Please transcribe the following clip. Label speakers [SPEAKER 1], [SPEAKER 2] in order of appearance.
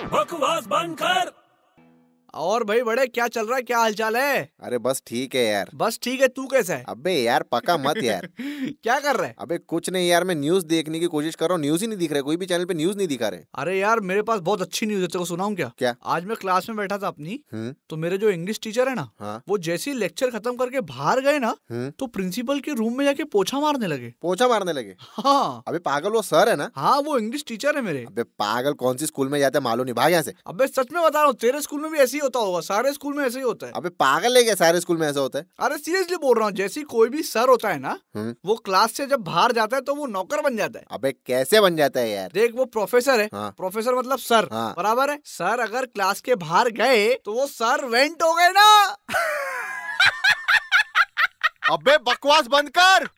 [SPEAKER 1] बस बंद कर
[SPEAKER 2] और भाई बड़े क्या चल रहा है क्या हालचाल है
[SPEAKER 3] अरे बस ठीक है यार
[SPEAKER 2] बस ठीक है तू कैसा है
[SPEAKER 3] अबे यार पका मत यार
[SPEAKER 2] क्या कर रहा है
[SPEAKER 3] अबे कुछ नहीं यार मैं न्यूज देखने की कोशिश कर रहा हूँ न्यूज ही नहीं दिख रहा है कोई भी चैनल पे न्यूज नहीं दिखा रहे
[SPEAKER 2] अरे यार मेरे पास बहुत अच्छी न्यूज है तेरे को सुनाऊं क्या
[SPEAKER 3] क्या?
[SPEAKER 2] आज मैं क्लास में बैठा था अपनी
[SPEAKER 3] हम्म
[SPEAKER 2] तो मेरे जो इंग्लिश टीचर है ना
[SPEAKER 3] हाँ
[SPEAKER 2] वो जैसे ही लेक्चर खत्म करके बाहर गए ना
[SPEAKER 3] हम्म
[SPEAKER 2] तो प्रिंसिपल के रूम में जाके पोछा मारने लगे
[SPEAKER 3] पोछा मारने लगे
[SPEAKER 2] हाँ
[SPEAKER 3] अबे पागल वो सर है ना
[SPEAKER 2] हाँ वो इंग्लिश टीचर है मेरे
[SPEAKER 3] अबे पागल कौन सी स्कूल में जाता है मालूम नहीं भाग यहाँ से
[SPEAKER 2] अबे सच में बता रहा हूँ तेरे स्कूल में भी ऐसे ही होता होगा सारे स्कूल में ऐसे ही होता है
[SPEAKER 3] अबे पागल है क्या सारे स्कूल में ऐसा होता है
[SPEAKER 2] अरे सीरियसली बोल रहा हूँ जैसे ही कोई भी सर होता है ना
[SPEAKER 3] हम्म।
[SPEAKER 2] वो क्लास से जब बाहर जाता है तो वो नौकर बन जाता है
[SPEAKER 3] अबे कैसे बन जाता है यार
[SPEAKER 2] देख वो प्रोफेसर है
[SPEAKER 3] हाँ।
[SPEAKER 2] प्रोफेसर मतलब सर
[SPEAKER 3] हाँ।
[SPEAKER 2] बराबर है सर अगर क्लास के बाहर गए तो वो सर वेंट हो गए ना
[SPEAKER 3] अबे बकवास बंद कर